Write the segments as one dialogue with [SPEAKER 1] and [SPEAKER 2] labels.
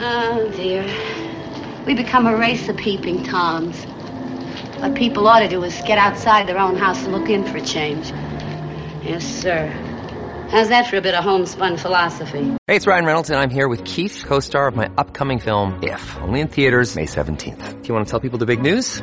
[SPEAKER 1] Oh, dear. We become a race of peeping toms. What people ought to do is get outside their own house and look in for a change. Yes, sir. How's that for a bit of homespun philosophy?
[SPEAKER 2] Hey, it's Ryan Reynolds, and I'm here with Keith, co star of my upcoming film, If, only in theaters, May 17th. Do you want to tell people the big news?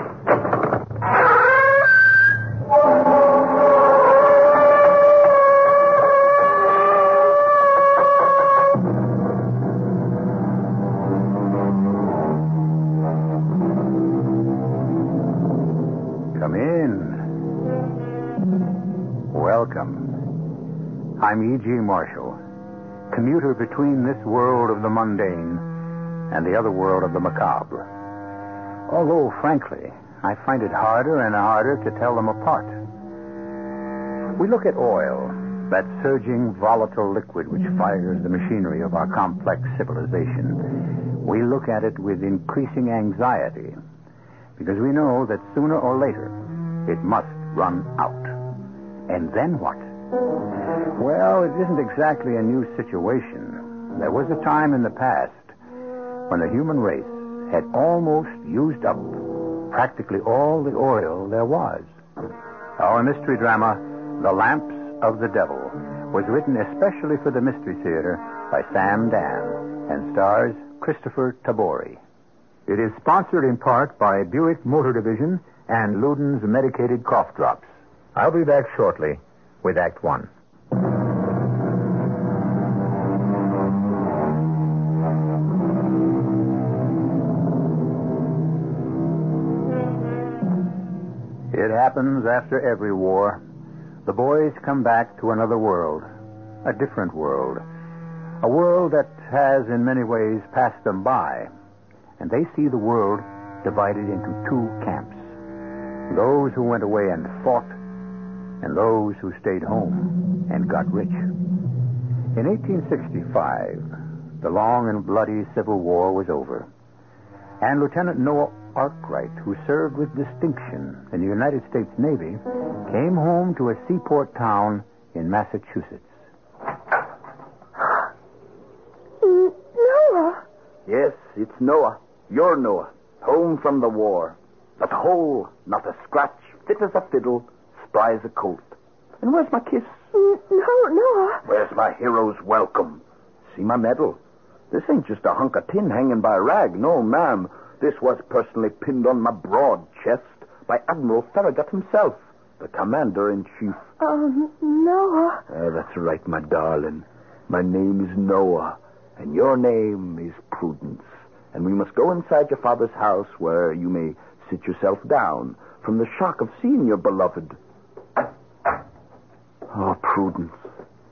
[SPEAKER 3] Come in. Welcome. I'm E.G. Marshall, commuter between this world of the mundane and the other world of the macabre. Although, frankly, I find it harder and harder to tell them apart. We look at oil, that surging, volatile liquid which fires the machinery of our complex civilization. We look at it with increasing anxiety because we know that sooner or later it must run out. And then what? Well, it isn't exactly a new situation. There was a time in the past when the human race had almost used up practically all the oil there was. Our mystery drama, The Lamps of the Devil, was written especially for the Mystery Theater by Sam Dan and stars Christopher Tabori. It is sponsored in part by Buick Motor Division and Luden's Medicated Cough Drops. I'll be back shortly with Act One. It happens after every war. The boys come back to another world, a different world, a world that has in many ways passed them by and they see the world divided into two camps those who went away and fought, and those who stayed home and got rich. In 1865, the long and bloody Civil War was over, and Lieutenant Noah Arkwright, who served with distinction in the United States Navy, came home to a seaport town in Massachusetts.
[SPEAKER 4] Noah,
[SPEAKER 5] Yes, it's Noah. You're Noah. Home from the war. Not whole, not a scratch, fit as a fiddle, spry as a colt. And where's my kiss?
[SPEAKER 4] no, Noah,
[SPEAKER 5] Where's my hero's welcome? See my medal. This ain't just a hunk of tin hanging by a rag. No, ma'am. This was personally pinned on my broad chest by Admiral Farragut himself, the commander in chief.
[SPEAKER 4] um, Noah,
[SPEAKER 5] Ah, that's right, my darling. My name is Noah, and your name is Prudence. And we must go inside your father's house where you may sit yourself down from the shock of seeing your beloved. Oh, Prudence.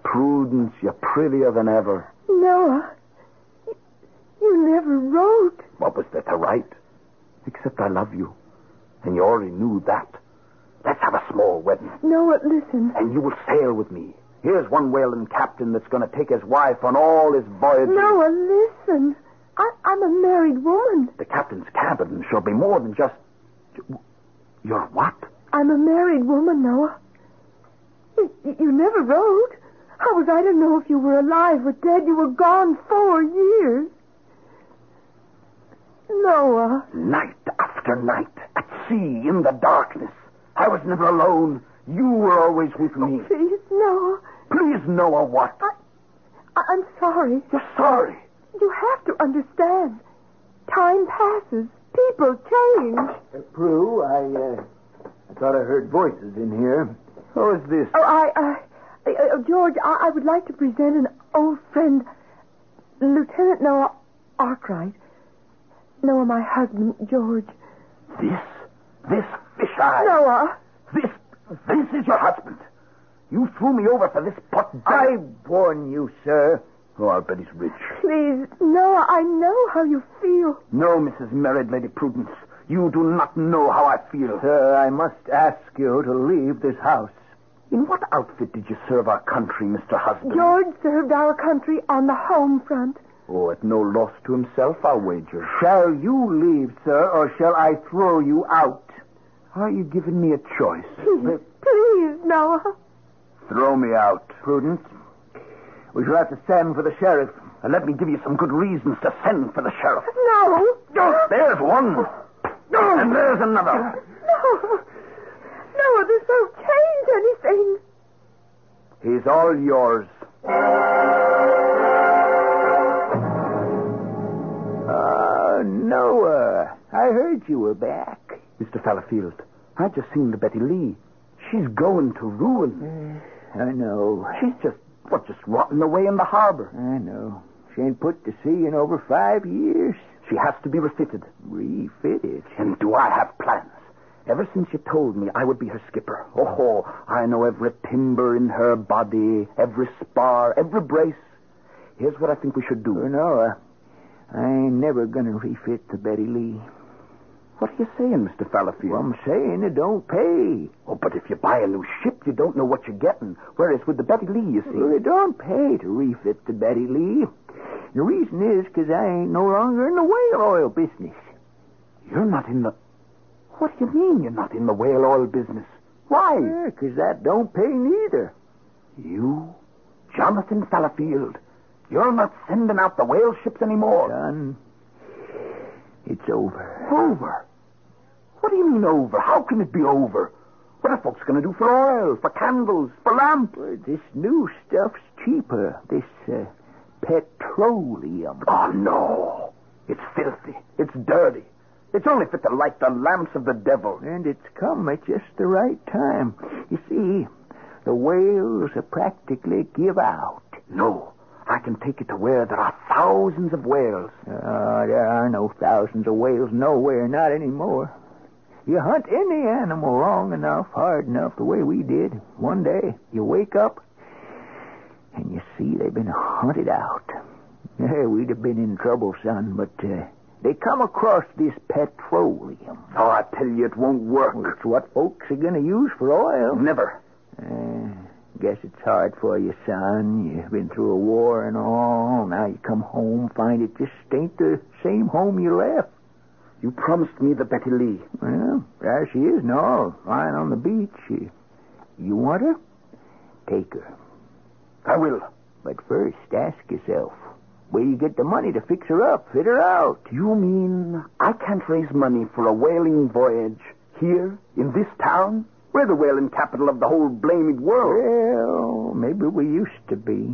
[SPEAKER 5] Prudence, you're prettier than ever.
[SPEAKER 4] Noah. You- Ah, You never wrote.
[SPEAKER 5] What was there to write? Except I love you. And you already knew that. Let's have a small wedding.
[SPEAKER 4] Noah, listen.
[SPEAKER 5] And you will sail with me. Here's one whaling captain that's going to take his wife on all his voyages.
[SPEAKER 4] Noah, listen. I, I'm a married woman.
[SPEAKER 5] The captain's cabin shall be more than just. Your what?
[SPEAKER 4] I'm a married woman, Noah. You, you never wrote. How was I to know if you were alive or dead? You were gone four years. Noah,
[SPEAKER 5] Night after night, at sea, in the darkness. I was never alone. You were always with me.
[SPEAKER 4] please, Noah.
[SPEAKER 5] Please, Noah, what?
[SPEAKER 4] I, I'm sorry.
[SPEAKER 5] You're sorry.
[SPEAKER 4] You have to understand. Time passes. People change.
[SPEAKER 5] Prue, I, uh, I thought I heard voices in here. Who is this?
[SPEAKER 4] Oh, I, uh, uh, uh, George, I, I would like to present an old friend, Lieutenant Noah Arkwright. Noah, my husband, George.
[SPEAKER 5] This? This fish eye?
[SPEAKER 4] Noah,
[SPEAKER 5] This, this is your husband. You threw me over for this pot. I warn you, sir. Oh, I'll bet he's rich.
[SPEAKER 4] please, Noah, I know how you feel.
[SPEAKER 5] No, Mrs. Married Lady Prudence. You do not know how I feel. Sir, I must ask you to leave this house. In what outfit did you serve our country, Mr. Husband?
[SPEAKER 4] George served our country on the home front.
[SPEAKER 5] Oh, at no loss to himself, I'll wager. Shall you leave, sir, or shall I throw you out? Are you giving me a choice?
[SPEAKER 4] Please, please, Noah.
[SPEAKER 5] throw me out. Prudence, we shall have to send for the sheriff. And let me give you some good reasons to send for the sheriff.
[SPEAKER 4] No.
[SPEAKER 5] There's one. And there's another.
[SPEAKER 4] No. Noah, this won't change anything.
[SPEAKER 5] He's all yours. Ah, Noah. I heard you were back. Mr. Fallowfield, I just seen the Betty Lee. She's going to ruin. Eh, I know. She's just, what, just rotting away in the harbor. I know. She ain't put to sea in over five years. She has to be refitted. Refitted? And do I have plans? Ever since you told me I would be her skipper. Oh, ho, I know every timber in her body, every spar, every brace. Here's what I think we should do. Oh, No, I ain't never going to refit the Betty Lee. What are you saying, Mr. Fallowfield? I'm saying it don't pay. Oh, but if you buy a new ship, you don't know what you're getting. Whereas with the Betty Lee, you see. Well, it don't pay to refit the Betty Lee. The reason is because I ain't no longer in the whale oil business. You're not in the. What do you mean you're not in the whale oil business? Why? Because Eh, that don't pay neither. You, Jonathan Fallowfield, you're not sending out the whale ships anymore. Son, it's over. Over? What do you mean over? How can it be over? What are folks going to do for oil, for candles, for lamps? this new stuff's cheaper. This uh, petroleum. Oh, no. It's filthy. It's dirty. It's only fit to light the lamps of the devil. And it's come at just the right time. You see, the whales are practically give out. No. I can take it to where there are thousands of whales. Uh, there are no thousands of whales nowhere, not anymore. You hunt any animal long enough, hard enough, the way we did. One day, you wake up and you see they've been hunted out. Yeah, we'd have been in trouble, son, but uh, they come across this petroleum. Oh, I tell you, it won't work. it's what folks are going to use for oil. Never. Uh, guess it's hard for you, son. You've been through a war and all. Now you come home, find it just ain't the same home you left. You promised me the Betty Lee. Well, there she is now, lying on the beach. You want her? Take her. I will. But first, ask yourself where you get the money to fix her up, fit her out. You mean I can't raise money for a whaling voyage here, in this town? We're the whaling capital of the whole blamed world. Well, maybe we used to be.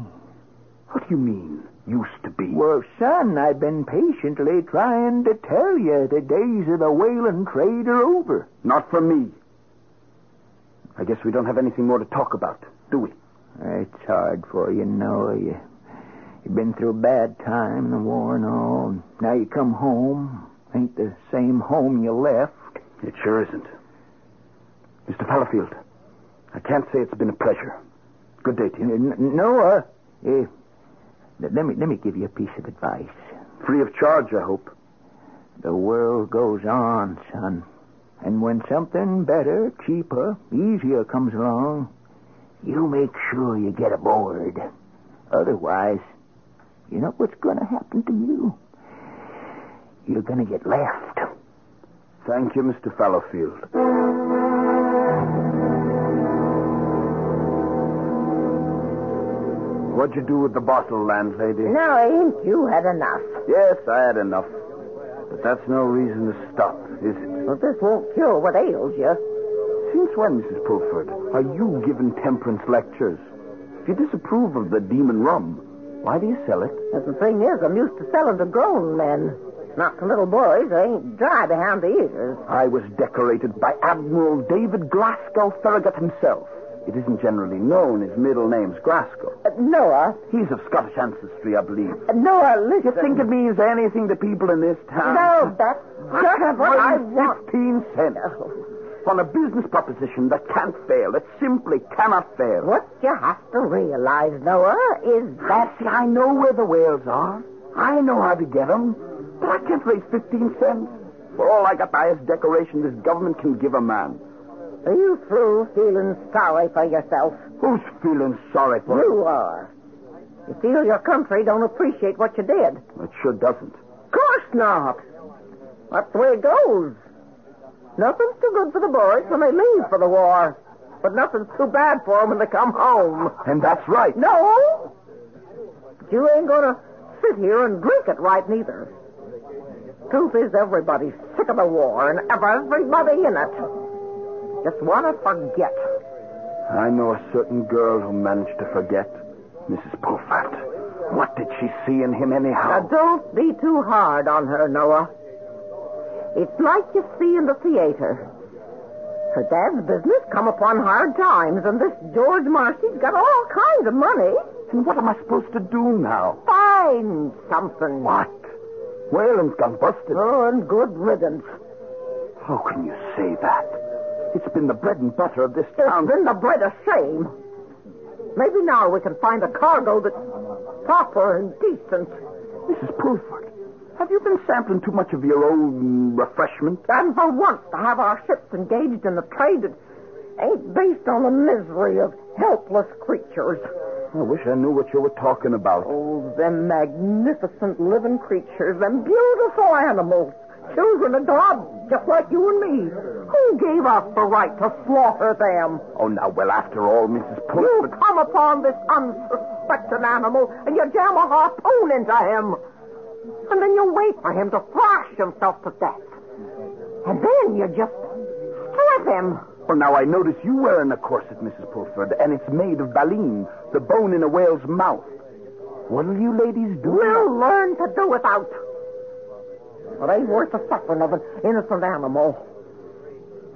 [SPEAKER 5] What do you mean, used to be? Well, son, I've been patiently trying to tell you the days of the whaling trade are over. Not for me. I guess we don't have anything more to talk about, do we? It's hard for you, Noah. You, you've been through a bad time, the war and all. Now you come home. Ain't the same home you left. It sure isn't. Mr. Fallowfield, I can't say it's been a pleasure. Good day to you. Noah, eh, let me let me give you a piece of advice. Free of charge, I hope. The world goes on, son. And when something better, cheaper, easier comes along, you make sure you get aboard. Otherwise, you know what's going to happen to you? You're going to get left. Thank you, Mr. Fallowfield. What'd you do with the bottle, landlady?
[SPEAKER 4] No, ain't you had enough?
[SPEAKER 5] Yes, I had enough. But that's no reason to stop, is it?
[SPEAKER 4] Well, this won't cure what ails you.
[SPEAKER 5] Since when, Mrs. Pulford, are you giving temperance lectures? If you disapprove of the demon rum, why do you sell it?
[SPEAKER 4] But the thing is, I'm used to selling to grown men. Not to little boys. They ain't dry behind the ears.
[SPEAKER 5] I was decorated by Admiral David Glasgow Farragut himself. It isn't generally known. His middle name's Glasgow.
[SPEAKER 4] Uh, Noah,
[SPEAKER 5] He's of Scottish ancestry, I believe.
[SPEAKER 4] uh, Noah,
[SPEAKER 5] You
[SPEAKER 4] listen.
[SPEAKER 5] think it means anything to people in this town?
[SPEAKER 4] No, that's
[SPEAKER 5] I
[SPEAKER 4] just
[SPEAKER 5] can't
[SPEAKER 4] what I
[SPEAKER 5] raise
[SPEAKER 4] want.
[SPEAKER 5] Fifteen cents on a business proposition that can't fail, that simply cannot fail.
[SPEAKER 4] What you have to realize, Noah, is that
[SPEAKER 5] Patsy, I know where the whales are. I know how to get 'em, But I can't raise 15 cents.
[SPEAKER 6] For all I got the highest decoration this government can give a man.
[SPEAKER 4] Are you through feeling sorry for yourself?
[SPEAKER 6] Who's feeling sorry for
[SPEAKER 4] You are. You feel your country don't appreciate what you did.
[SPEAKER 6] It sure doesn't.
[SPEAKER 4] course not. That's the way it goes. Nothing's too good for the boys when they leave for the war, but nothing's too bad for them when they come home.
[SPEAKER 6] And that's right.
[SPEAKER 4] No! But you ain't gonna sit here and drink it right neither. Truth is, everybody's sick of the war and everybody in it. Just wanna forget.
[SPEAKER 6] I know a certain girl who managed to forget. Mrs. Pulfat. What did she see in him
[SPEAKER 4] Now,
[SPEAKER 6] anyhow?
[SPEAKER 4] don't be too hard on her, Noah. It's like you see in the theater. Her dad's business come upon hard times, and this George Marcy's got all kinds of money.
[SPEAKER 6] And what am I supposed to do now?
[SPEAKER 4] Find something.
[SPEAKER 6] What? Whalen's gone busted.
[SPEAKER 4] Oh, and good riddance.
[SPEAKER 6] How can you say that? It's been the bread and butter of this
[SPEAKER 4] It's
[SPEAKER 6] town.
[SPEAKER 4] been the bread of shame. Maybe now we can find a cargo that's proper and decent.
[SPEAKER 6] Mrs. Pulford, have you been sampling too much of your own refreshment?
[SPEAKER 4] And for once to have our ships engaged in a trade that ain't based on the misery of helpless creatures.
[SPEAKER 6] I wish I knew what you were talking about.
[SPEAKER 4] Oh, them magnificent living creatures, them beautiful animals, children of God, just like you and me. Who gave us the right to slaughter them?
[SPEAKER 6] Oh, now, well, after all, Mrs.
[SPEAKER 4] You
[SPEAKER 6] Pulford.
[SPEAKER 4] come upon this unsuspecting animal and you jam a harpoon into him. And then you wait for him to thrash himself to death. And then you just strip him.
[SPEAKER 6] Well, oh, now, I notice you wearing a corset, Mrs. Pulford, and it's made of baleen, the bone in a whale's mouth. What'll you ladies do?
[SPEAKER 4] We'll learn to do without. It ain't worth the suffering of an innocent animal.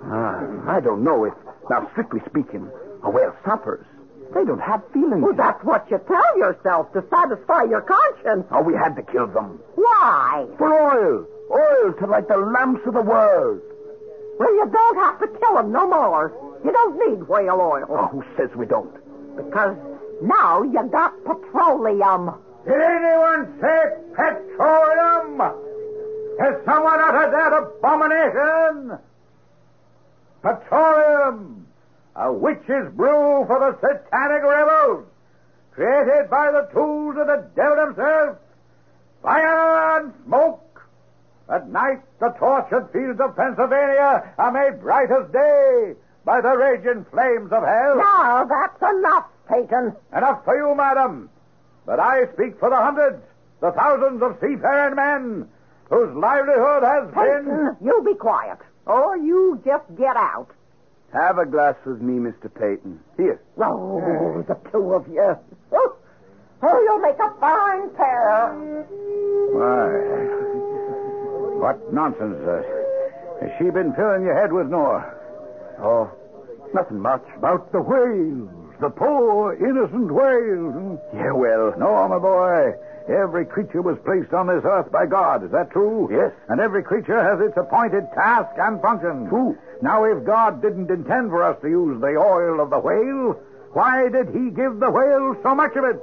[SPEAKER 6] Ah, I don't know if, now, strictly speaking, a whale suffers. They don't have feelings.
[SPEAKER 4] Well, that's what you tell yourself to satisfy your conscience.
[SPEAKER 6] Oh, we had to kill them.
[SPEAKER 4] Why?
[SPEAKER 6] For oil. Oil to light the lamps of the world.
[SPEAKER 4] Well, you don't have to kill them no more. You don't need whale oil
[SPEAKER 6] Oh, who says we don't?
[SPEAKER 4] because now you got petroleum.
[SPEAKER 5] Did anyone say petroleum? Has someone uttered that abomination? Petroleum, a witch's brew for the satanic rebels, created by the tools of the devil himself. Fire and smoke. At night, the tortured fields of Pennsylvania are made bright as day by the raging flames of hell.
[SPEAKER 4] Now that's enough, Peyton.
[SPEAKER 5] Enough for you, madam. But I speak for the hundreds, the thousands of seafaring men whose livelihood has been.
[SPEAKER 4] Peyton, you be quiet, or you just get out.
[SPEAKER 6] Have a glass with me, Mr. Peyton. Here.
[SPEAKER 4] Oh, the two of you. Oh, oh, you'll make a fine pair.
[SPEAKER 5] Why? What nonsense. Uh, has she been filling your head with, Nora?
[SPEAKER 6] Oh, nothing much.
[SPEAKER 5] About the whales, the poor, innocent whales. hmm?
[SPEAKER 6] Yeah, well,
[SPEAKER 5] No, my boy. Every creature was placed on this earth by God. Is that true?
[SPEAKER 6] Yes.
[SPEAKER 5] And every creature has its appointed task and function.
[SPEAKER 6] True.
[SPEAKER 5] Now, if God didn't intend for us to use the oil of the whale, why did he give the whale so much of it?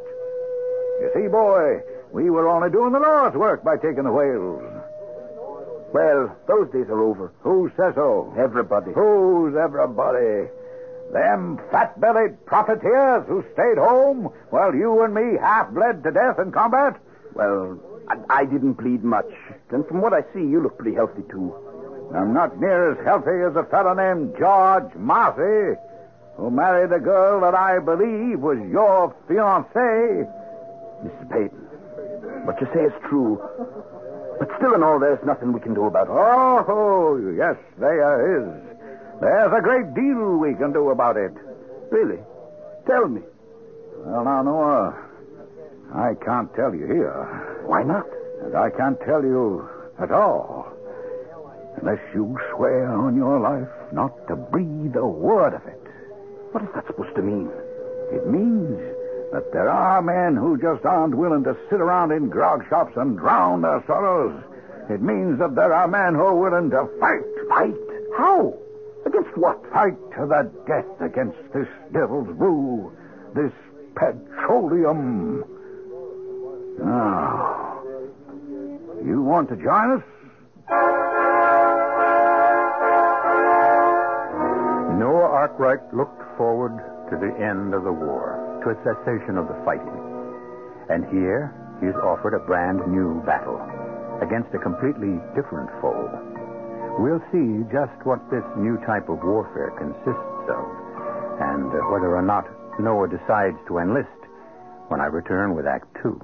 [SPEAKER 5] You see, boy, we were only doing the Lord's work by taking the whales.
[SPEAKER 6] Well, those days are over.
[SPEAKER 5] Who says so?
[SPEAKER 6] Everybody.
[SPEAKER 5] Who's everybody? Them fat bellied profiteers who stayed home while you and me half bled to death in combat?
[SPEAKER 6] Well, I, I didn't bleed much. And from what I see, you look pretty healthy, too.
[SPEAKER 5] I'm not near as healthy as a fellow named George Marcy, who married a girl that I believe was your fiancée.
[SPEAKER 6] Mr. Peyton, what you say is true. But still in all, there's nothing we can do about it.
[SPEAKER 5] Oh, yes, there is. There's a great deal we can do about it.
[SPEAKER 6] Really? Tell me.
[SPEAKER 5] Well, now, Noah, I can't tell you here,
[SPEAKER 6] Why not?
[SPEAKER 5] and I can't tell you at all, unless you swear on your life not to breathe a word of it.
[SPEAKER 6] What is that supposed to mean?
[SPEAKER 5] It means that there are men who just aren't willing to sit around in grog shops and drown their sorrows. It means that there are men who are willing to fight,
[SPEAKER 6] Fight? How? Against what?
[SPEAKER 5] fight to the death against this devil's brew, this petroleum. Now, you want to join us? Noah Arkwright looked forward to the end of the war, to a cessation of the fighting. And here, he is offered a brand new battle against a completely different foe. We'll see just what this new type of warfare consists of, and uh, whether or not Noah decides to enlist when I return with Act Two.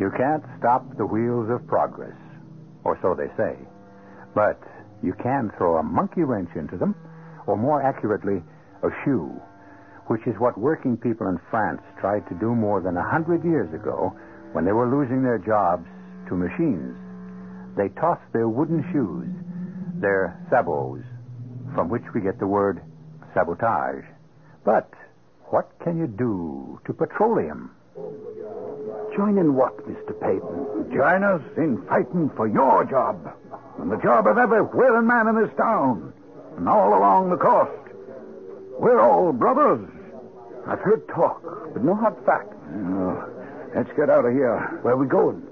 [SPEAKER 5] You can't stop the wheels of progress, or so they say. But you can throw a monkey wrench into them, or more accurately, a shoe, which is what working people in France tried to do more than a hundred years ago when they were losing their jobs to machines. They tossed their wooden shoes, their sabots, from which we get the word sabotage. But what can you do to petroleum?
[SPEAKER 7] Join in what, Mr. Payton?
[SPEAKER 5] Join us in fighting for your job and the job of every willing man in this town and all along the coast. We're all brothers.
[SPEAKER 7] I've heard talk, but no hard facts.
[SPEAKER 5] let's get out of here.
[SPEAKER 7] Where are we going?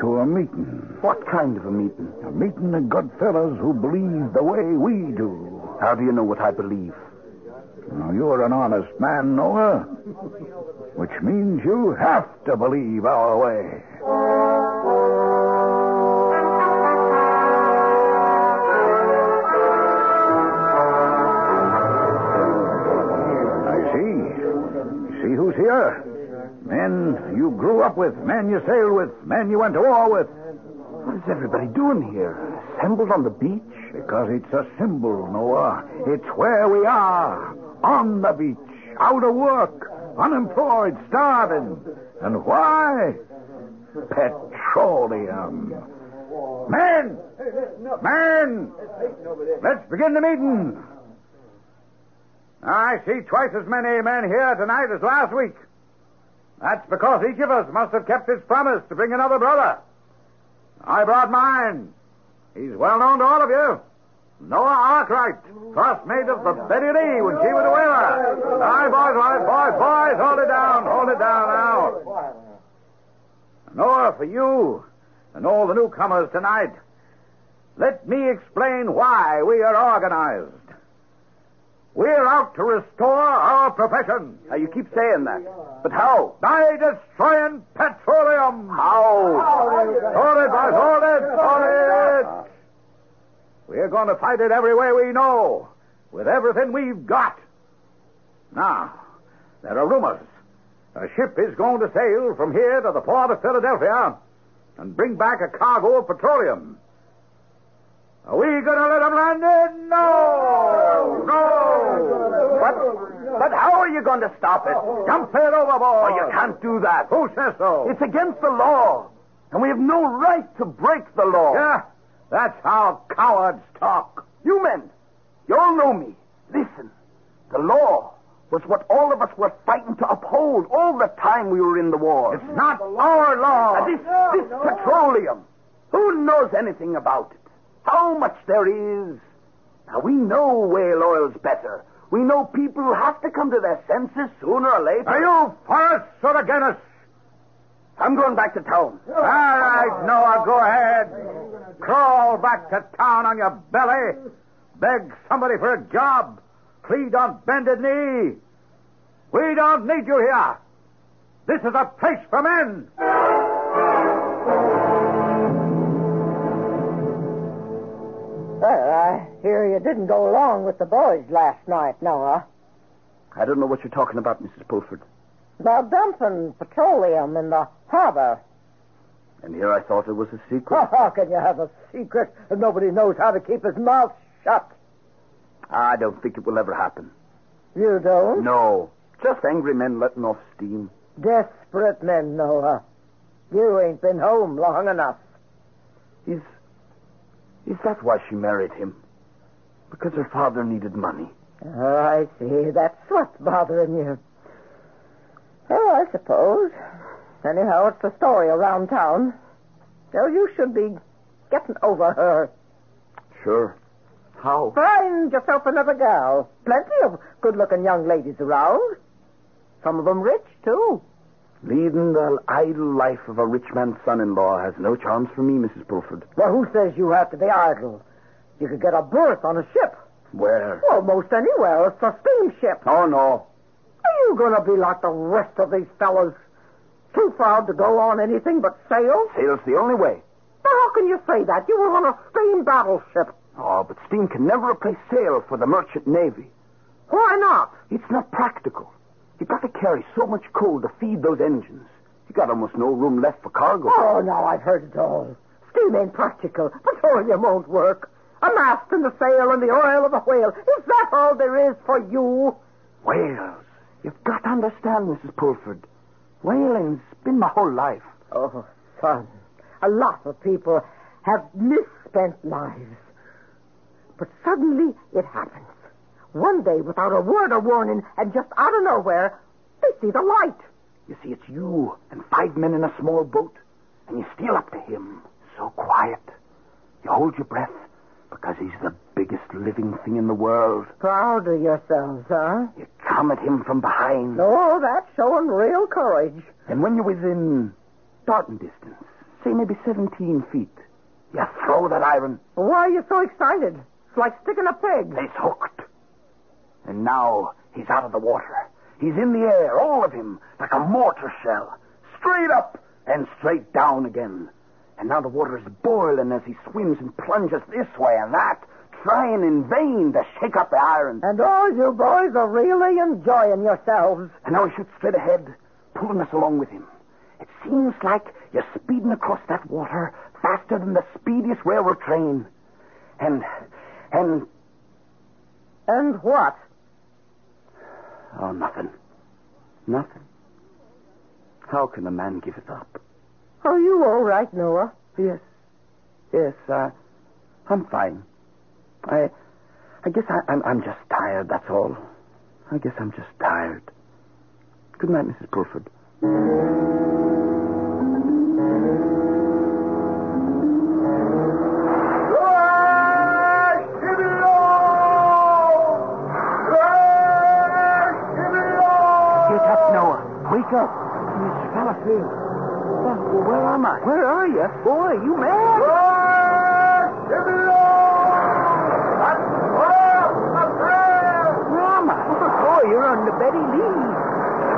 [SPEAKER 5] To a meeting.
[SPEAKER 7] What kind of a meeting?
[SPEAKER 5] A meeting of good fellows who believe the way we do.
[SPEAKER 7] How do you know what I believe?
[SPEAKER 5] Now, you're an honest man, Noah, which means you have to believe our way. I see. See who's here? Men you grew up with, men you sailed with, men you went to war with.
[SPEAKER 7] What is everybody doing here? Assembled on the beach?
[SPEAKER 5] Because it's a symbol, Noah. It's where we are. On the beach. Out of work. Unemployed. Starving. And why? Petroleum. Men! Men! Let's begin the meeting. I see twice as many men here tonight as last week. That's because each of us must have kept his promise to bring another brother. I brought mine. He's well known to all of you. Noah Arkwright, classmate of the Betty Lee when she was a whaler. Aye, boys, aye, boys, boys, hold it down, hold it down now. Noah, for you and all the newcomers tonight, let me explain why we are organized. We're out to restore our profession.
[SPEAKER 7] Now, you keep saying that. But how?
[SPEAKER 5] By destroying petroleum.
[SPEAKER 7] How?
[SPEAKER 5] Hold it, boys. Hold it. Hold it. We're going to fight it every way we know, with everything we've got. Now, there are rumors. A ship is going to sail from here to the port of Philadelphia and bring back a cargo of petroleum. Are we going to let 'em land it? No! No!
[SPEAKER 7] But, but how are you going to stop it?
[SPEAKER 5] Dump it overboard!
[SPEAKER 7] Oh, you can't do that.
[SPEAKER 5] Who says so?
[SPEAKER 7] It's against the law. And we have no right to break the law.
[SPEAKER 5] Yeah, that's how cowards talk.
[SPEAKER 7] You men, you all know me. Listen, the law was what all of us were fighting to uphold all the time we were in the war.
[SPEAKER 5] It's not our law.
[SPEAKER 7] And this, this petroleum, who knows anything about it? How much there is? Now, we know whale oil's better. We know people will have to come to their senses sooner or later.
[SPEAKER 5] Are you for us or against us?
[SPEAKER 7] I'm going back to town.
[SPEAKER 5] All right, Noah, go ahead. Crawl back to town on your belly. Beg somebody for a job. Plead on bended knee. We don't need you here. This is a place for men.
[SPEAKER 4] Well, I hear you didn't go along with the boys last night, Noah.
[SPEAKER 7] I don't know what you're talking about, Mrs. Pulford.
[SPEAKER 4] About dumping petroleum in the harbor.
[SPEAKER 7] And here I thought it was a secret.
[SPEAKER 4] How can you have a secret if nobody knows how to keep his mouth shut?
[SPEAKER 7] I don't think it will ever happen.
[SPEAKER 4] You don't?
[SPEAKER 7] No. Just angry men letting off steam.
[SPEAKER 4] Desperate men, Noah. You ain't been home long enough.
[SPEAKER 7] Is. Is that why she married him? Because her father needed money.
[SPEAKER 4] Oh, I see. That's what's bothering you. Oh, I suppose. Anyhow, it's the story around town. So you should be getting over her.
[SPEAKER 7] Sure. How?
[SPEAKER 4] Find yourself another gal. Plenty of good looking young ladies around.
[SPEAKER 8] Some of 'em rich, too.
[SPEAKER 5] Leading the idle life of a rich man's son-in-law has no charms for me, Mrs. Pulford.
[SPEAKER 8] Well, who says you have to be idle? You could get a berth on a ship.
[SPEAKER 5] Where?
[SPEAKER 8] Well, most anywhere. It's a steamship.
[SPEAKER 5] Oh, no.
[SPEAKER 8] Are you going to be like the rest of these fellows? Too proud to go on anything but sails?
[SPEAKER 5] Sail's the only way.
[SPEAKER 8] But how can you say that? You were on a steam battleship.
[SPEAKER 5] Oh, but steam can never replace sail for the merchant navy.
[SPEAKER 8] Why not?
[SPEAKER 5] It's not practical. You've got to carry so much coal to feed those engines. You got almost no room left for cargo.
[SPEAKER 8] Oh, now I've heard it all. Steam ain't practical. Petroleum won't work. A mast and the sail and the oil of a whale. Is that all there is for you?
[SPEAKER 5] Whales. You've got to understand, Mrs. Pulford. Whaling's been my whole life.
[SPEAKER 8] Oh, son, a lot of people have misspent lives. But suddenly it happens. One day, without a word of warning, and just out of nowhere, they see the light.
[SPEAKER 5] You see, it's you and five men in a small boat, and you steal up to him, so quiet. You hold your breath because he's the biggest living thing in the world.
[SPEAKER 8] Proud of yourselves, huh?
[SPEAKER 5] You come at him from behind.
[SPEAKER 8] Oh, that's showing real courage.
[SPEAKER 5] And when you're within darting distance, say maybe 17 feet, you throw that iron.
[SPEAKER 8] Why are you so excited? It's like sticking a pig.
[SPEAKER 5] He's hooked. And now he's out of the water. He's in the air, all of him, like a mortar shell. Straight up and straight down again. And now the water is boiling as he swims and plunges this way and that, trying in vain to shake up the iron.
[SPEAKER 8] And all you boys are really enjoying yourselves.
[SPEAKER 5] And now he shoots straight ahead, pulling us along with him. It seems like you're speeding across that water faster than the speediest railroad train. And, and,
[SPEAKER 8] And what?
[SPEAKER 5] oh, nothing. Nothing. How can a man give it up?
[SPEAKER 8] Are you all right, Noah?
[SPEAKER 5] Yes. Yes, uh, I'm fine. I, I guess I, I'm, I'm just tired, that's all. I guess I'm just tired. Good night, Mrs. Pulford. Get up, Noah. Wake up. You fell asleep. Well, where am I? Where are you? Boy, you mad? Where am I? Oh, you're on the Betty Lee.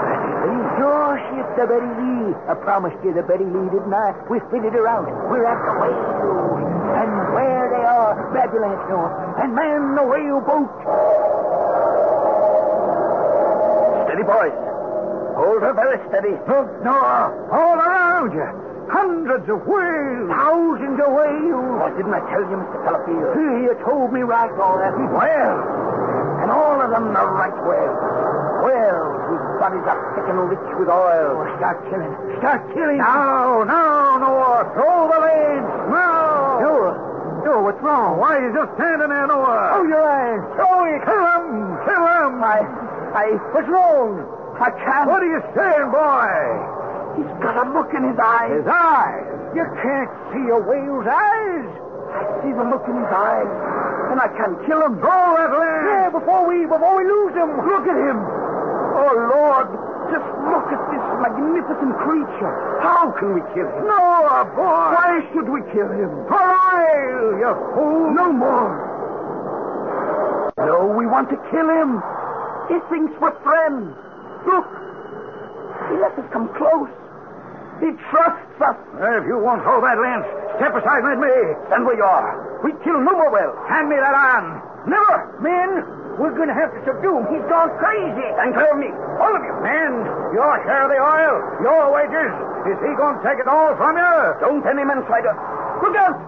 [SPEAKER 5] Betty Lee? Sure, she's the Betty Lee. I promised you the Betty Lee, didn't I? We fitted her out. We're at the whale. And where they are, Babylon's Noah. And man the whale boat. Steady, boys. Hold her very steady. Look, Noah. All around you. Hundreds of whales. Thousands of whales. Why didn't I tell you, Mr. Pellifield? You told me right, all that. Well, and all of them the right whales. Whales whose bodies are thick and rich with oil. Oh, start killing. Start killing. Now, now, Noah. Throw the lead. Now. Noah. Noah, what's wrong? Why are you just standing there, Noah? Oh, your eyes. Throw it. Kill him. Kill him. I, I was wrong. I can't. What are you saying, boy? He's got a look in his eyes. His eyes? You can't see a whale's eyes. I see the look in his eyes, and I can't kill him. Throw that lad. Yeah, before we before we lose him. Look at him. Oh Lord, just look at this magnificent creature. How can we kill him? No, boy. Why should we kill him? For oil, you fool. No more. No, we want to kill him. He thinks we're friends. Look, he lets us come close. He trusts us. if you won't hold that lance, step aside and let me. Stand where you are. We kill no more well. Hand me that iron. Never. Men, we're going to have to subdue him. He's gone crazy. And clear of me. All of you. Men, your share of the oil, your wages. Is he going to take it all from you? Don't any man try to. Look out.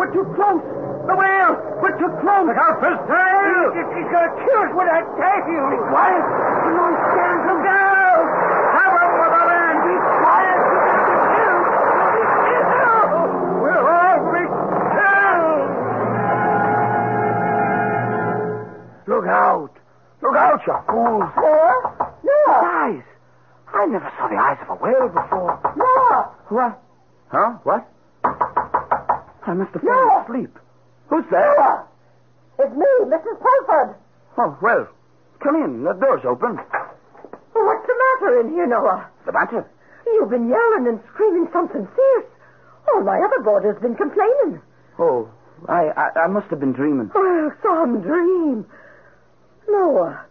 [SPEAKER 5] We're too close. The whale! We're too close! Look out for his tail! He's, he's gonna kill us with that tail! Be quiet! Come on, stand him down! Have him with a man! Be quiet! You'll be killed! You'll be killed! We'll all be killed! Look out! Look out, you fools! Where? No! Eyes! I never saw the eyes of a whale before. No! What? Huh? What? I must have fallen asleep. Who's there?
[SPEAKER 8] It's me, Mrs. Pulford.
[SPEAKER 5] Oh, well, come in. The door's open.
[SPEAKER 8] What's the
[SPEAKER 9] matter in here, Noah?
[SPEAKER 10] The matter?
[SPEAKER 9] uh, You've been yelling and screaming something fierce. All my other boarders been complaining.
[SPEAKER 10] Oh, I, I, I must have been dreaming.
[SPEAKER 9] Oh, some dream. Noah,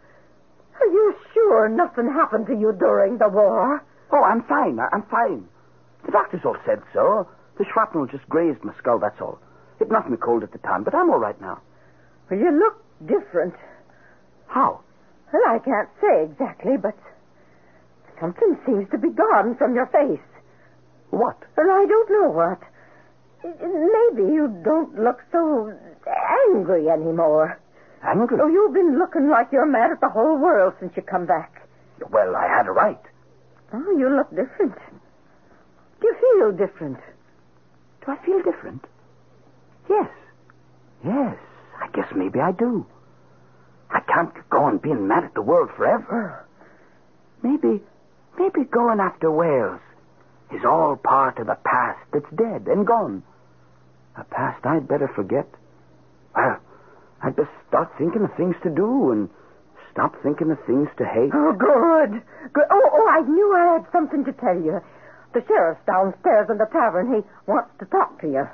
[SPEAKER 9] are you sure nothing happened to you during the war?
[SPEAKER 10] Oh, I'm fine. I, I'm fine. The doctors all said so. The shrapnel just grazed my skull, that's all. It knocked me cold at the time, but I'm all right now.
[SPEAKER 4] Well, you look different.
[SPEAKER 10] How?
[SPEAKER 4] Well, I can't say exactly, but something seems to be gone from your face.
[SPEAKER 10] What?
[SPEAKER 4] Well, I don't know what. Maybe you don't look so angry anymore.
[SPEAKER 10] Angry?
[SPEAKER 4] Oh, you've been looking like you're mad at the whole world since you come back.
[SPEAKER 10] Well, I had a right.
[SPEAKER 4] Oh, you look different. You feel different.
[SPEAKER 10] Do I feel different? Yes. Yes, I guess maybe I do. I can't go on being mad at the world forever. Maybe, maybe going after Wales is all part of a past that's dead and gone. A past I'd better forget. Well, I'd best start thinking of things to do and stop thinking of things to hate.
[SPEAKER 4] Oh, good. good. Oh, oh, I knew I had something to tell you. The sheriff's downstairs in the tavern. He wants to talk to you.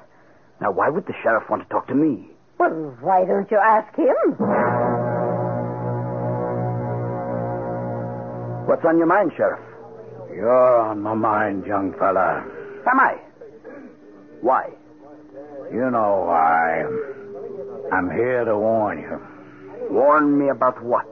[SPEAKER 10] Now, why would the sheriff want to talk to me?
[SPEAKER 4] Well, why don't you ask him?
[SPEAKER 10] What's on your mind, Sheriff?
[SPEAKER 5] You're on my mind, young fella.
[SPEAKER 10] Am I? Why?
[SPEAKER 5] You know why. I'm here to warn you.
[SPEAKER 10] Warn me about what?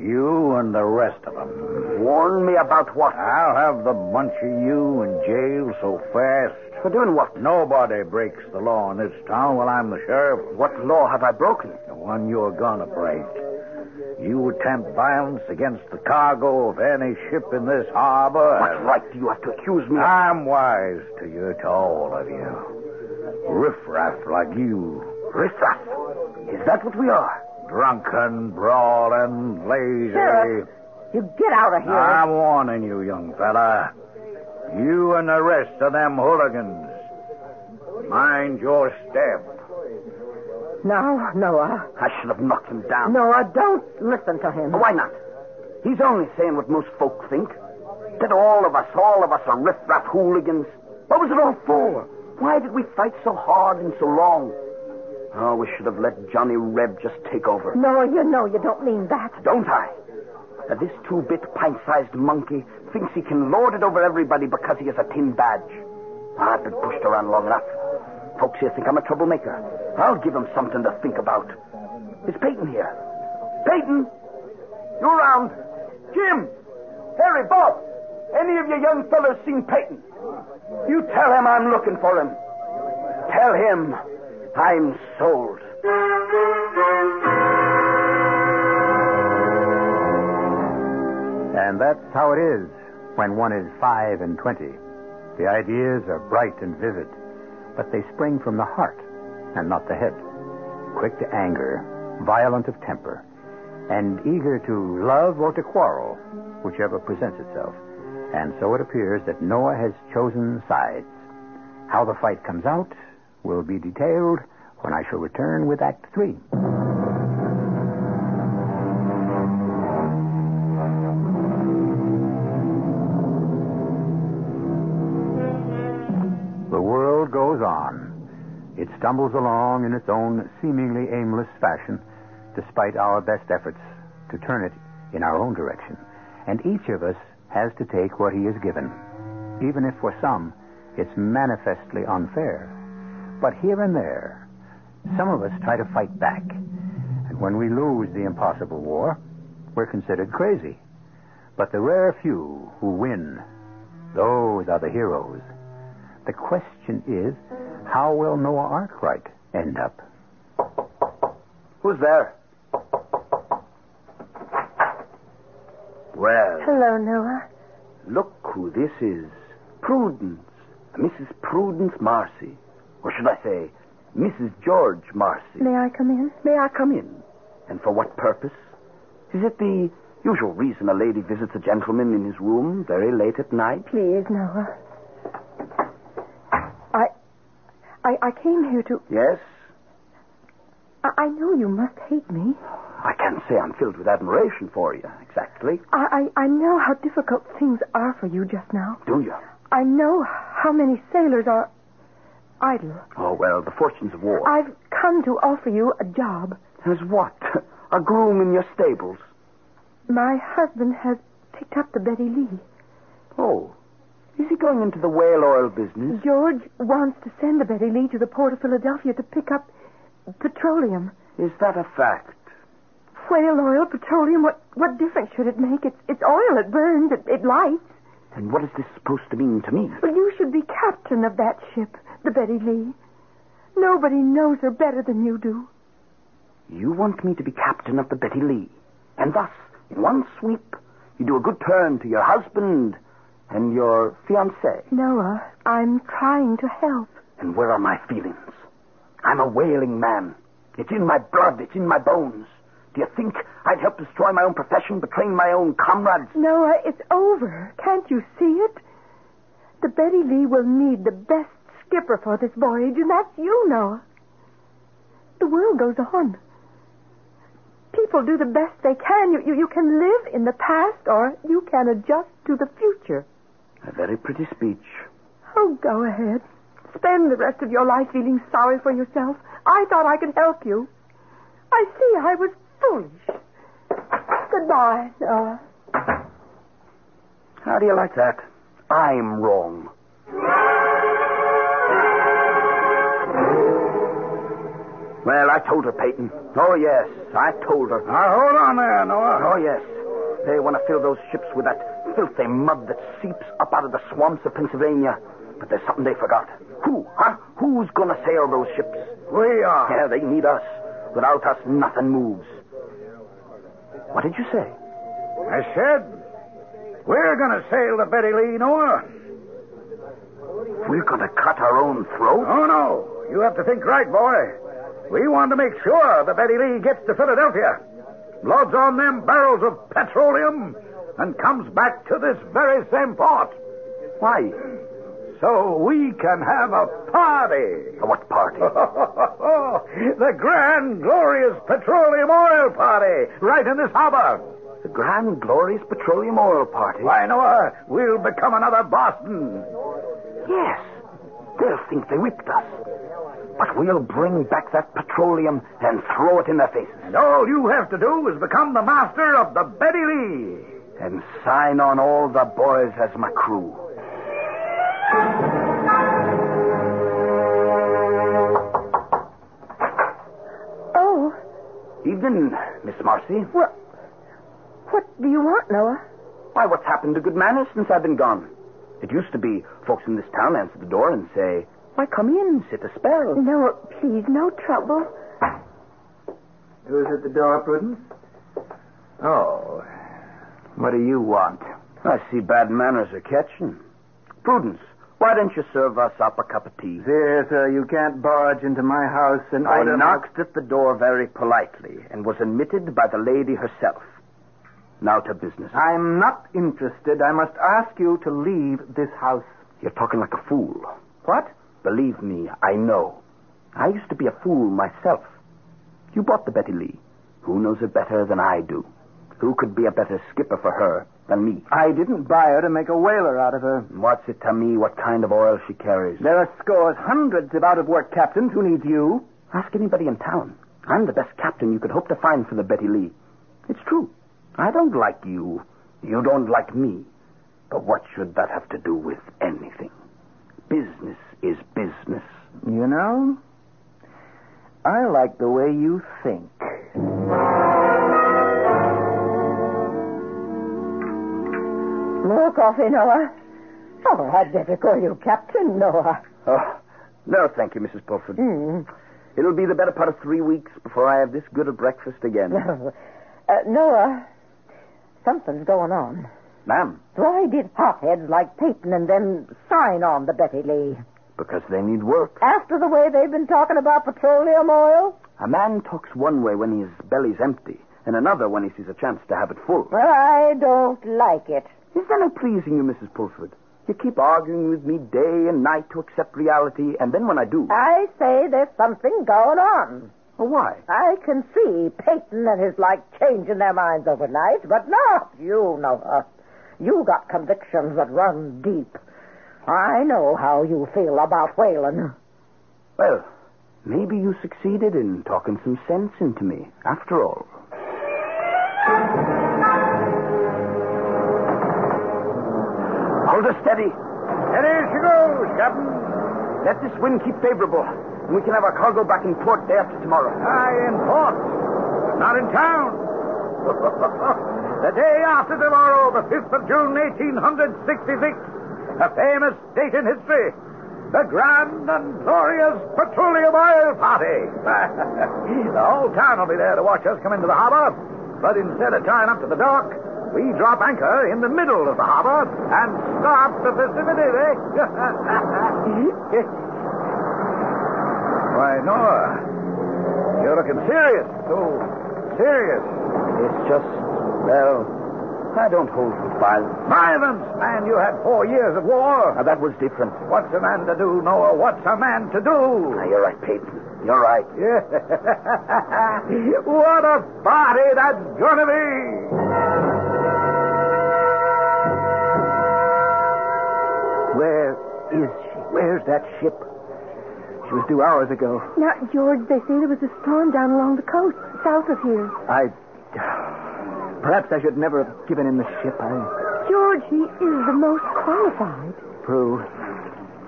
[SPEAKER 5] You and the rest of them.
[SPEAKER 10] Warn me about what?
[SPEAKER 5] I'll have the bunch of you in jail so fast.
[SPEAKER 10] For doing what?
[SPEAKER 5] Nobody breaks the law in this town while I'm the sheriff.
[SPEAKER 10] What law have I broken?
[SPEAKER 5] The one you're gonna break. You attempt violence against the cargo of any ship in this harbor.
[SPEAKER 10] What right do you have to accuse me of?
[SPEAKER 5] I'm wise to you, to all of you. Riffraff like you.
[SPEAKER 10] Riffraff. Is that what we are?
[SPEAKER 5] Drunken, brawling, lazy.
[SPEAKER 4] Sheriff, you get out of here.
[SPEAKER 10] Ah.
[SPEAKER 5] I'm warning you, young fella. You and the rest of them hooligans. Mind your step.
[SPEAKER 4] Now, Noah.
[SPEAKER 10] I should have knocked him down. Oh,
[SPEAKER 4] Noah, don't listen to him.
[SPEAKER 10] Why not? He's only saying what most folk think. That all of us, all of us are riffraff hooligans. What was it all for? Why did we fight so hard and so long? Oh, we should have let Johnny Reb just take over.
[SPEAKER 4] Noah, you know you don't mean that.
[SPEAKER 10] Don't I? Now, this two-bit pint-sized monkey thinks he can lord it over everybody because he has a tin badge. I've been pushed around long enough. Folks here think I'm a troublemaker. I'll give 'em something to think about. Is Peyton here? Peyton! You around? Jim! Harry, Bob! Any of you young fellas seen Peyton? You tell him I'm looking for him. Tell him I'm sold.
[SPEAKER 5] And that's how it is when one is five and twenty. The ideas are bright and vivid, but they spring from the heart and not the head. Quick to anger, violent of temper, and eager to love or to quarrel, whichever presents itself. And so it appears that Noah has chosen sides. How the fight comes out will be detailed when I shall return with Act Three. The world goes on. It stumbles along in its own seemingly aimless fashion, despite our best efforts to turn it in our own direction. And each of us has to take what he is given, even if for some it's manifestly unfair. But here and there, some of us try to fight back. And when we lose the impossible war, we're considered crazy. But the rare few who win, those are the heroes. The question is, how will Noah Arkwright end up?
[SPEAKER 10] Who's there? Well,
[SPEAKER 9] Hello, Noah.
[SPEAKER 10] look who this is. Prudence. Mrs. Prudence Marcy. Or should I say, Mrs. George Marcy.
[SPEAKER 9] May I come in?
[SPEAKER 10] May I come in? And for what purpose? Is it the usual reason a lady visits a gentleman in his room very late at night?
[SPEAKER 9] Please, Noah. I, I, I came here to.
[SPEAKER 10] Yes.
[SPEAKER 9] I, I know you must hate me.
[SPEAKER 5] I can't say I'm filled with admiration for you, exactly.
[SPEAKER 4] I, I, I know how difficult things are for you just now.
[SPEAKER 5] Do you?
[SPEAKER 4] I know how many sailors are idle.
[SPEAKER 5] Oh, well, the fortunes of war.
[SPEAKER 4] I've come to offer you a job.
[SPEAKER 5] As what? A groom in your stables.
[SPEAKER 4] My husband has picked up the Betty Lee.
[SPEAKER 5] Oh. Is he going into the whale oil business?
[SPEAKER 4] George wants to send the Betty Lee to the port of Philadelphia to pick up petroleum.
[SPEAKER 5] Is that a fact?
[SPEAKER 4] Whale oil, petroleum, what, what difference should it make? It's, it's oil, it burns, it, it lights.
[SPEAKER 5] And what is this supposed to mean to me?
[SPEAKER 4] But you should be captain of that ship, the Betty Lee. Nobody knows her better than you do.
[SPEAKER 5] You want me to be captain of the Betty Lee. And thus, in one sweep, you do a good turn to your husband and your fiancée.
[SPEAKER 4] Noah, I'm trying to help.
[SPEAKER 5] And where are my feelings? I'm a wailing man. It's in my blood. It's in my bones. Do you think I'd help destroy my own profession, betraying my own comrades?
[SPEAKER 4] Noah, it's over. Can't you see it? The Betty Lee will need the best skipper for this voyage, and that's you, Noah. The world goes on. People do the best they can. You, you, you can live in the past, or you can adjust to the future.
[SPEAKER 5] A very pretty speech.
[SPEAKER 4] Oh, go ahead. Spend the rest of your life feeling sorry for yourself. I thought I could help you. I see I was foolish. Goodbye, Noah.
[SPEAKER 5] How do you like that? I'm wrong. Well, I told her, Peyton. Oh, yes, I told her.
[SPEAKER 10] Now, hold on there, Noah.
[SPEAKER 5] Oh, yes. They want to fill those ships with that filthy mud that seeps up out of the swamps of Pennsylvania. But there's something they forgot. Who, huh? Who's going to sail those ships?
[SPEAKER 10] We are.
[SPEAKER 5] Yeah, they need us. Without us, nothing moves. What did you say?
[SPEAKER 10] I said, we're going to sail the Betty Lee, Noah.
[SPEAKER 5] We're going to cut our own throat?
[SPEAKER 10] Oh, no. You have to think right, boy. We want to make sure the Betty Lee gets to Philadelphia, loads on them barrels of petroleum, and comes back to this very same port.
[SPEAKER 5] Why?
[SPEAKER 10] So we can have a party.
[SPEAKER 5] What party?
[SPEAKER 10] the grand, glorious petroleum oil party right in this harbor.
[SPEAKER 5] The Grand Glorious Petroleum Oil Party.
[SPEAKER 10] Why, Noah, we'll become another Boston.
[SPEAKER 5] Yes. They'll think they whipped us. But we'll bring back that petroleum and throw it in their faces.
[SPEAKER 10] And all you have to do is become the master of the Betty Lee.
[SPEAKER 5] And sign on all the boys as my crew.
[SPEAKER 4] Oh,
[SPEAKER 5] Evening, Miss Marcy.
[SPEAKER 4] well, what do you want, Noah?
[SPEAKER 5] Why, what's happened to good manners since I've been gone? It used to be folks in this town answer the door and say, Why, come in, sit a spell.
[SPEAKER 4] Noah, please, no trouble.
[SPEAKER 10] Who's at the door, Prudence? Oh. What do you want?
[SPEAKER 5] I see bad manners are catching. Prudence, why don't you serve us up a cup of tea?
[SPEAKER 10] Dear sir, you can't barge into my house and
[SPEAKER 5] I
[SPEAKER 10] order my-
[SPEAKER 5] knocked at the door very politely and was admitted by the lady herself. Now to business.
[SPEAKER 10] I'm not interested. I must ask you to leave this house.
[SPEAKER 5] You're talking like a fool.
[SPEAKER 10] What?
[SPEAKER 5] Believe me, I know. I used to be a fool myself. You bought the Betty Lee. Who knows her better than I do? Who could be a better skipper for her than me?
[SPEAKER 10] I didn't buy her to make a whaler out of her.
[SPEAKER 5] What's it to me what kind of oil she carries?
[SPEAKER 10] There are scores, hundreds of out of work captains who need you.
[SPEAKER 5] Ask anybody in town. I'm the best captain you could hope to find for the Betty Lee. It's true. I don't like you. You don't like me. But what should that have to do with anything? Business is business.
[SPEAKER 10] You know, I like the way you think.
[SPEAKER 8] More coffee, Noah. Oh, I'd better call you Captain Noah.
[SPEAKER 5] Oh, no, thank you, Mrs. Pulford.
[SPEAKER 8] Mm.
[SPEAKER 5] It'll be the better part of three weeks before I have this good a breakfast again.
[SPEAKER 8] No. Uh, Noah, something's going on.
[SPEAKER 5] Ma'am,
[SPEAKER 8] Why did hotheads like Peyton and them sign on the Betty Lee?
[SPEAKER 5] because they need work.
[SPEAKER 8] After the way they've been talking about petroleum oil?
[SPEAKER 5] A man talks one way when his belly's empty, and another when he sees a chance to have it full.
[SPEAKER 8] Well, I don't like it.
[SPEAKER 5] Is that not pleasing you, Mrs. Pulford? You keep arguing with me
[SPEAKER 4] Ah.
[SPEAKER 5] day and night to accept reality, and then when I do,
[SPEAKER 8] I say there's something going on.
[SPEAKER 5] Well, why?
[SPEAKER 8] I can see Peyton and his like changing their minds overnight, but not you, Nova. You got convictions that run deep. I know how you feel about Whalen.
[SPEAKER 5] Well, maybe you succeeded in talking some sense into me, after all. Hold her steady.
[SPEAKER 10] Steady she goes, Captain.
[SPEAKER 5] Let this wind keep favorable, and we can have our cargo back in port day after tomorrow.
[SPEAKER 10] Aye, in port, but not in town. the day after tomorrow, the 5th of June, 1866, a famous date in history. The grand and glorious Petroleum Oil Party. the whole town will be there to watch us come into the harbor. But instead of tying up to the dock, we drop anchor in the middle of the harbor and start the festivities, eh? Why, Nora, you're looking serious. So serious.
[SPEAKER 5] It's just, well, I don't hold with violence.
[SPEAKER 10] Violence, man, you had four years of war.
[SPEAKER 5] Now, that was different.
[SPEAKER 10] What's a man to do, Noah? What's a man to do?
[SPEAKER 5] Now, you're right, Peyton. You're right.
[SPEAKER 10] Yeah. what a party that's going to be!
[SPEAKER 5] Where is she? Where's that ship? She was due hours ago.
[SPEAKER 4] Now, George, they say there was a storm down along the coast, south of here.
[SPEAKER 5] I. Perhaps I should never have given him the ship. I.
[SPEAKER 4] George, he is the most qualified.
[SPEAKER 5] Prue,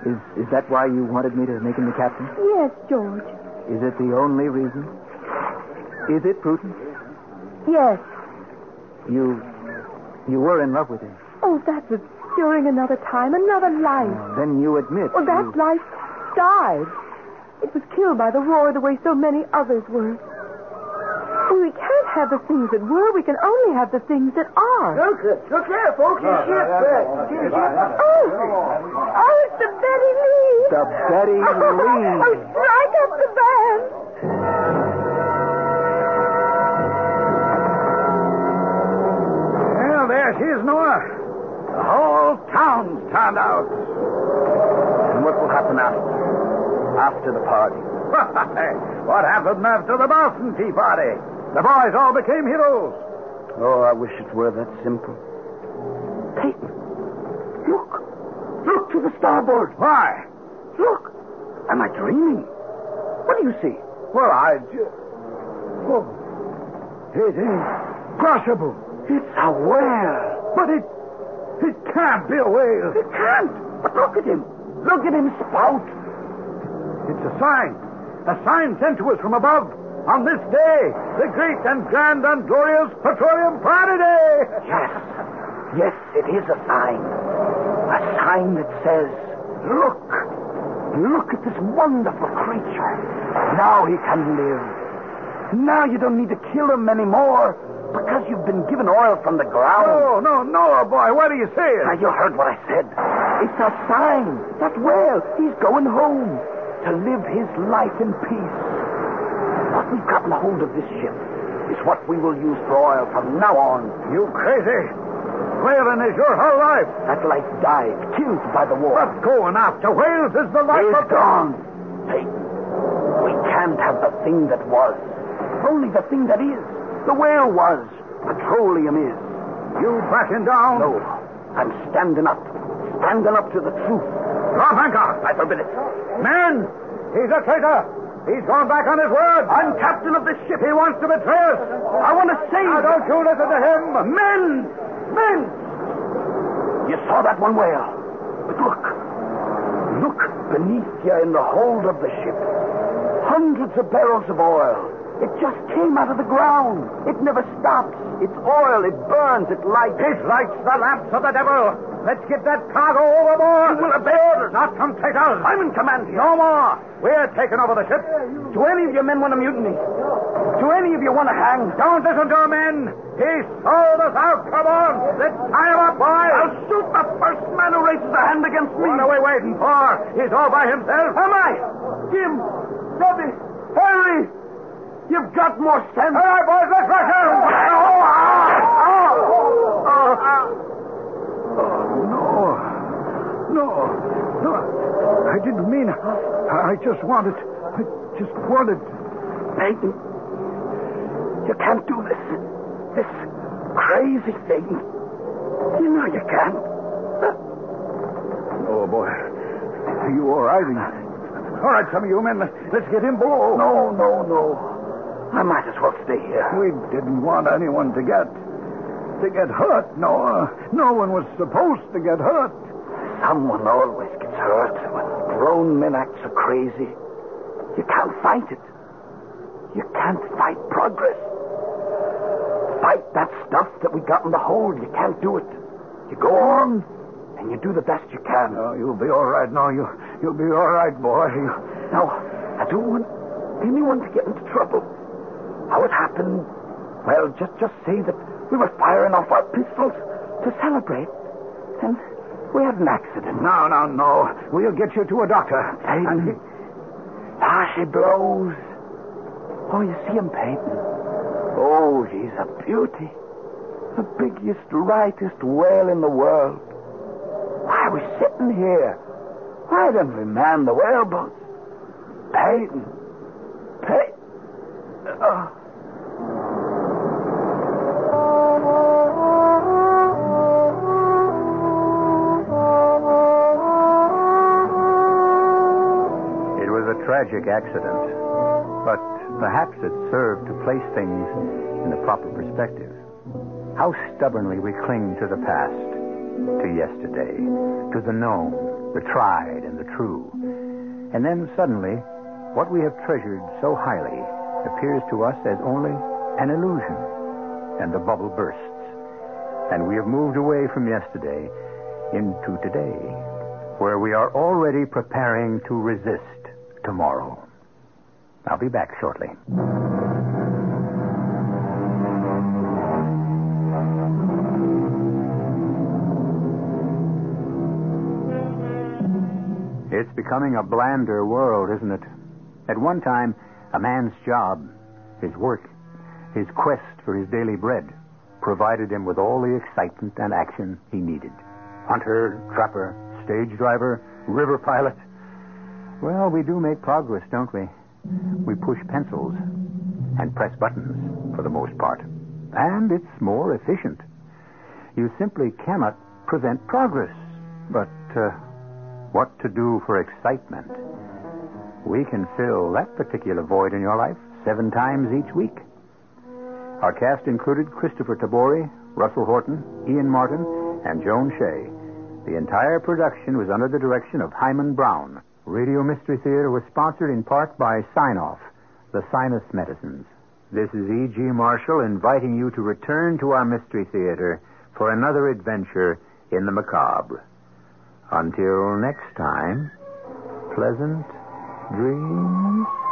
[SPEAKER 5] is, is that why you wanted me to make him the captain?
[SPEAKER 4] Yes, George.
[SPEAKER 5] Is it the only reason? Is it, Prudence?
[SPEAKER 4] Yes.
[SPEAKER 5] You. You were in love with him.
[SPEAKER 4] Oh, that was during another time, another life.
[SPEAKER 5] Then you admit.
[SPEAKER 4] Well, that
[SPEAKER 8] Mm.
[SPEAKER 5] you-
[SPEAKER 4] life died. It was killed by the war the way so many others were. We can't have the things that were. We can only have the things that are.
[SPEAKER 11] Look, look there, folks.
[SPEAKER 5] Oh,
[SPEAKER 11] It's shipwreck. It's shipwreck.
[SPEAKER 4] Oh, oh, it's the Betty Lee.
[SPEAKER 5] The Betty Lee.
[SPEAKER 4] Oh, strike up the band.
[SPEAKER 10] Well, there she is, Noah. The whole town's turned out.
[SPEAKER 5] And what will happen after? After the party.
[SPEAKER 10] what happened after the Boston Tea Party? The boys all became heroes.
[SPEAKER 5] Oh, I wish it were that simple. Peyton, look. Look to the starboard.
[SPEAKER 10] Why?
[SPEAKER 5] Look. Am I dreaming? What do you see?
[SPEAKER 10] Well, I. ju- Oh. It is possible.
[SPEAKER 5] It's a whale.
[SPEAKER 10] But it. It can't be a whale.
[SPEAKER 5] It can't. But look at him. Look at him spout.
[SPEAKER 10] It's a sign. A sign sent to us from above. On this day, the great and grand and glorious Petroleum Party Day.
[SPEAKER 5] Yes. Yes, it is a sign. A sign that says, look. Look at this wonderful creature. Now he can live. Now you don't need to kill him anymore because you've been given oil from the ground.
[SPEAKER 10] Oh, no, Noah, boy, what are you saying?
[SPEAKER 5] Now, you heard what I said. It's a sign. That whale, he's going home to live his life in peace. What we've gotten hold of this ship is what we will use for oil from now on.
[SPEAKER 10] You crazy. Whaling is your whole life.
[SPEAKER 5] That life died, killed by the war.
[SPEAKER 10] What's going after Wales is the life
[SPEAKER 5] It's
[SPEAKER 10] of
[SPEAKER 5] gone. Peyton, we can't have the thing that was. Only the thing that is. The whale was. Petroleum is.
[SPEAKER 10] You backing down?
[SPEAKER 5] No, I'm standing up. Standing up to the truth.
[SPEAKER 10] Drop anchor.
[SPEAKER 5] I forbid it.
[SPEAKER 10] Man, he's a traitor. He's gone back on his word.
[SPEAKER 5] I'm captain of this ship.
[SPEAKER 10] He wants to betray us.
[SPEAKER 5] I want to save.
[SPEAKER 10] Now, don't you listen to him.
[SPEAKER 5] Men! Men! You saw that one whale. But look. Look beneath you in the hold of the ship. Hundreds of barrels of oil. It just came out of the ground. It never stops. It's oil. It burns. It lights.
[SPEAKER 10] It lights the lamps of the devil. Let's get that cargo overboard.
[SPEAKER 5] You will obey orders.
[SPEAKER 10] Not from traitors.
[SPEAKER 5] I'm in command here.
[SPEAKER 10] No more. We're taking over the ship.
[SPEAKER 5] Do any of your men want a mutiny? Do any of you want to hang?
[SPEAKER 10] Don't listen to him, men. He sold us out. Come on. Let's tie him up, boys.
[SPEAKER 5] I'll shoot the first man who raises a hand against me.
[SPEAKER 10] What are we waiting for? He's all by himself.
[SPEAKER 5] Am I? Jim, Robbie, Henry, you've got more sense.
[SPEAKER 10] All right, boys, let's Oh, rush him. oh.
[SPEAKER 5] Oh,
[SPEAKER 10] No, no, no. I didn't mean. I just wanted. I just wanted.
[SPEAKER 5] Peggy. You can't do this. This crazy thing. You know you can't.
[SPEAKER 10] Oh, boy. Are you all right? All right, some of you men. Let's get him below.
[SPEAKER 5] No, no, no. I might as well stay here.
[SPEAKER 10] We didn't want anyone to get to get hurt, Noah. No one was supposed to get hurt.
[SPEAKER 5] Someone always gets hurt when grown men act so crazy. You can't fight it. You can't fight progress. Fight that stuff that we got in the hold. You can't do it. You go on and you do the best you can.
[SPEAKER 10] Oh, you'll be all right, Noah. You, you'll be all right, boy. You-
[SPEAKER 5] Now, I don't want anyone to get into trouble. How it happened? Well, just just say that we were firing off our pistols to celebrate, and we had an accident.
[SPEAKER 10] No, no, no. We'll get you to a doctor.
[SPEAKER 5] Peyton.
[SPEAKER 10] And
[SPEAKER 5] Ah, she blows. Oh, you see him, Peyton. Oh, she's a beauty. The biggest, rightest whale in the world. Why are we sitting here? Why don't we man the whaleboats? Peyton. Peyton. Oh.
[SPEAKER 3] It was a tragic accident, but perhaps it served to place things in the proper perspective. How stubbornly we cling to the past, to yesterday, to the known, the tried, and the true. And then suddenly, what we have treasured so highly appears to us as only an illusion, and the bubble bursts. And we have moved away from yesterday into today where we are already preparing to resist tomorrow. I'll be back shortly. It's becoming a blander world, isn't it? At one time, a man's job, his work, his quest for his daily bread, provided him with all the excitement and action he needed. Hunter, trapper, stage driver, river pilot. Well, we do make progress, don't we? We push pencils and press buttons for the most part. And it's more efficient. You simply cannot prevent progress. But uh, what to do for excitement? We can fill that particular void in your life seven times each week. Our cast included Christopher Tabori, Russell Horton, Ian Martin, and Joan Shea. The entire production was under the direction of Hyman Brown. Radio Mystery Theater was sponsored in part by Sinoff, the Sinus Medicines. This is E.G. Marshall inviting you to return to our Mystery Theater for another adventure in the macabre. Until next time, pleasant dreams.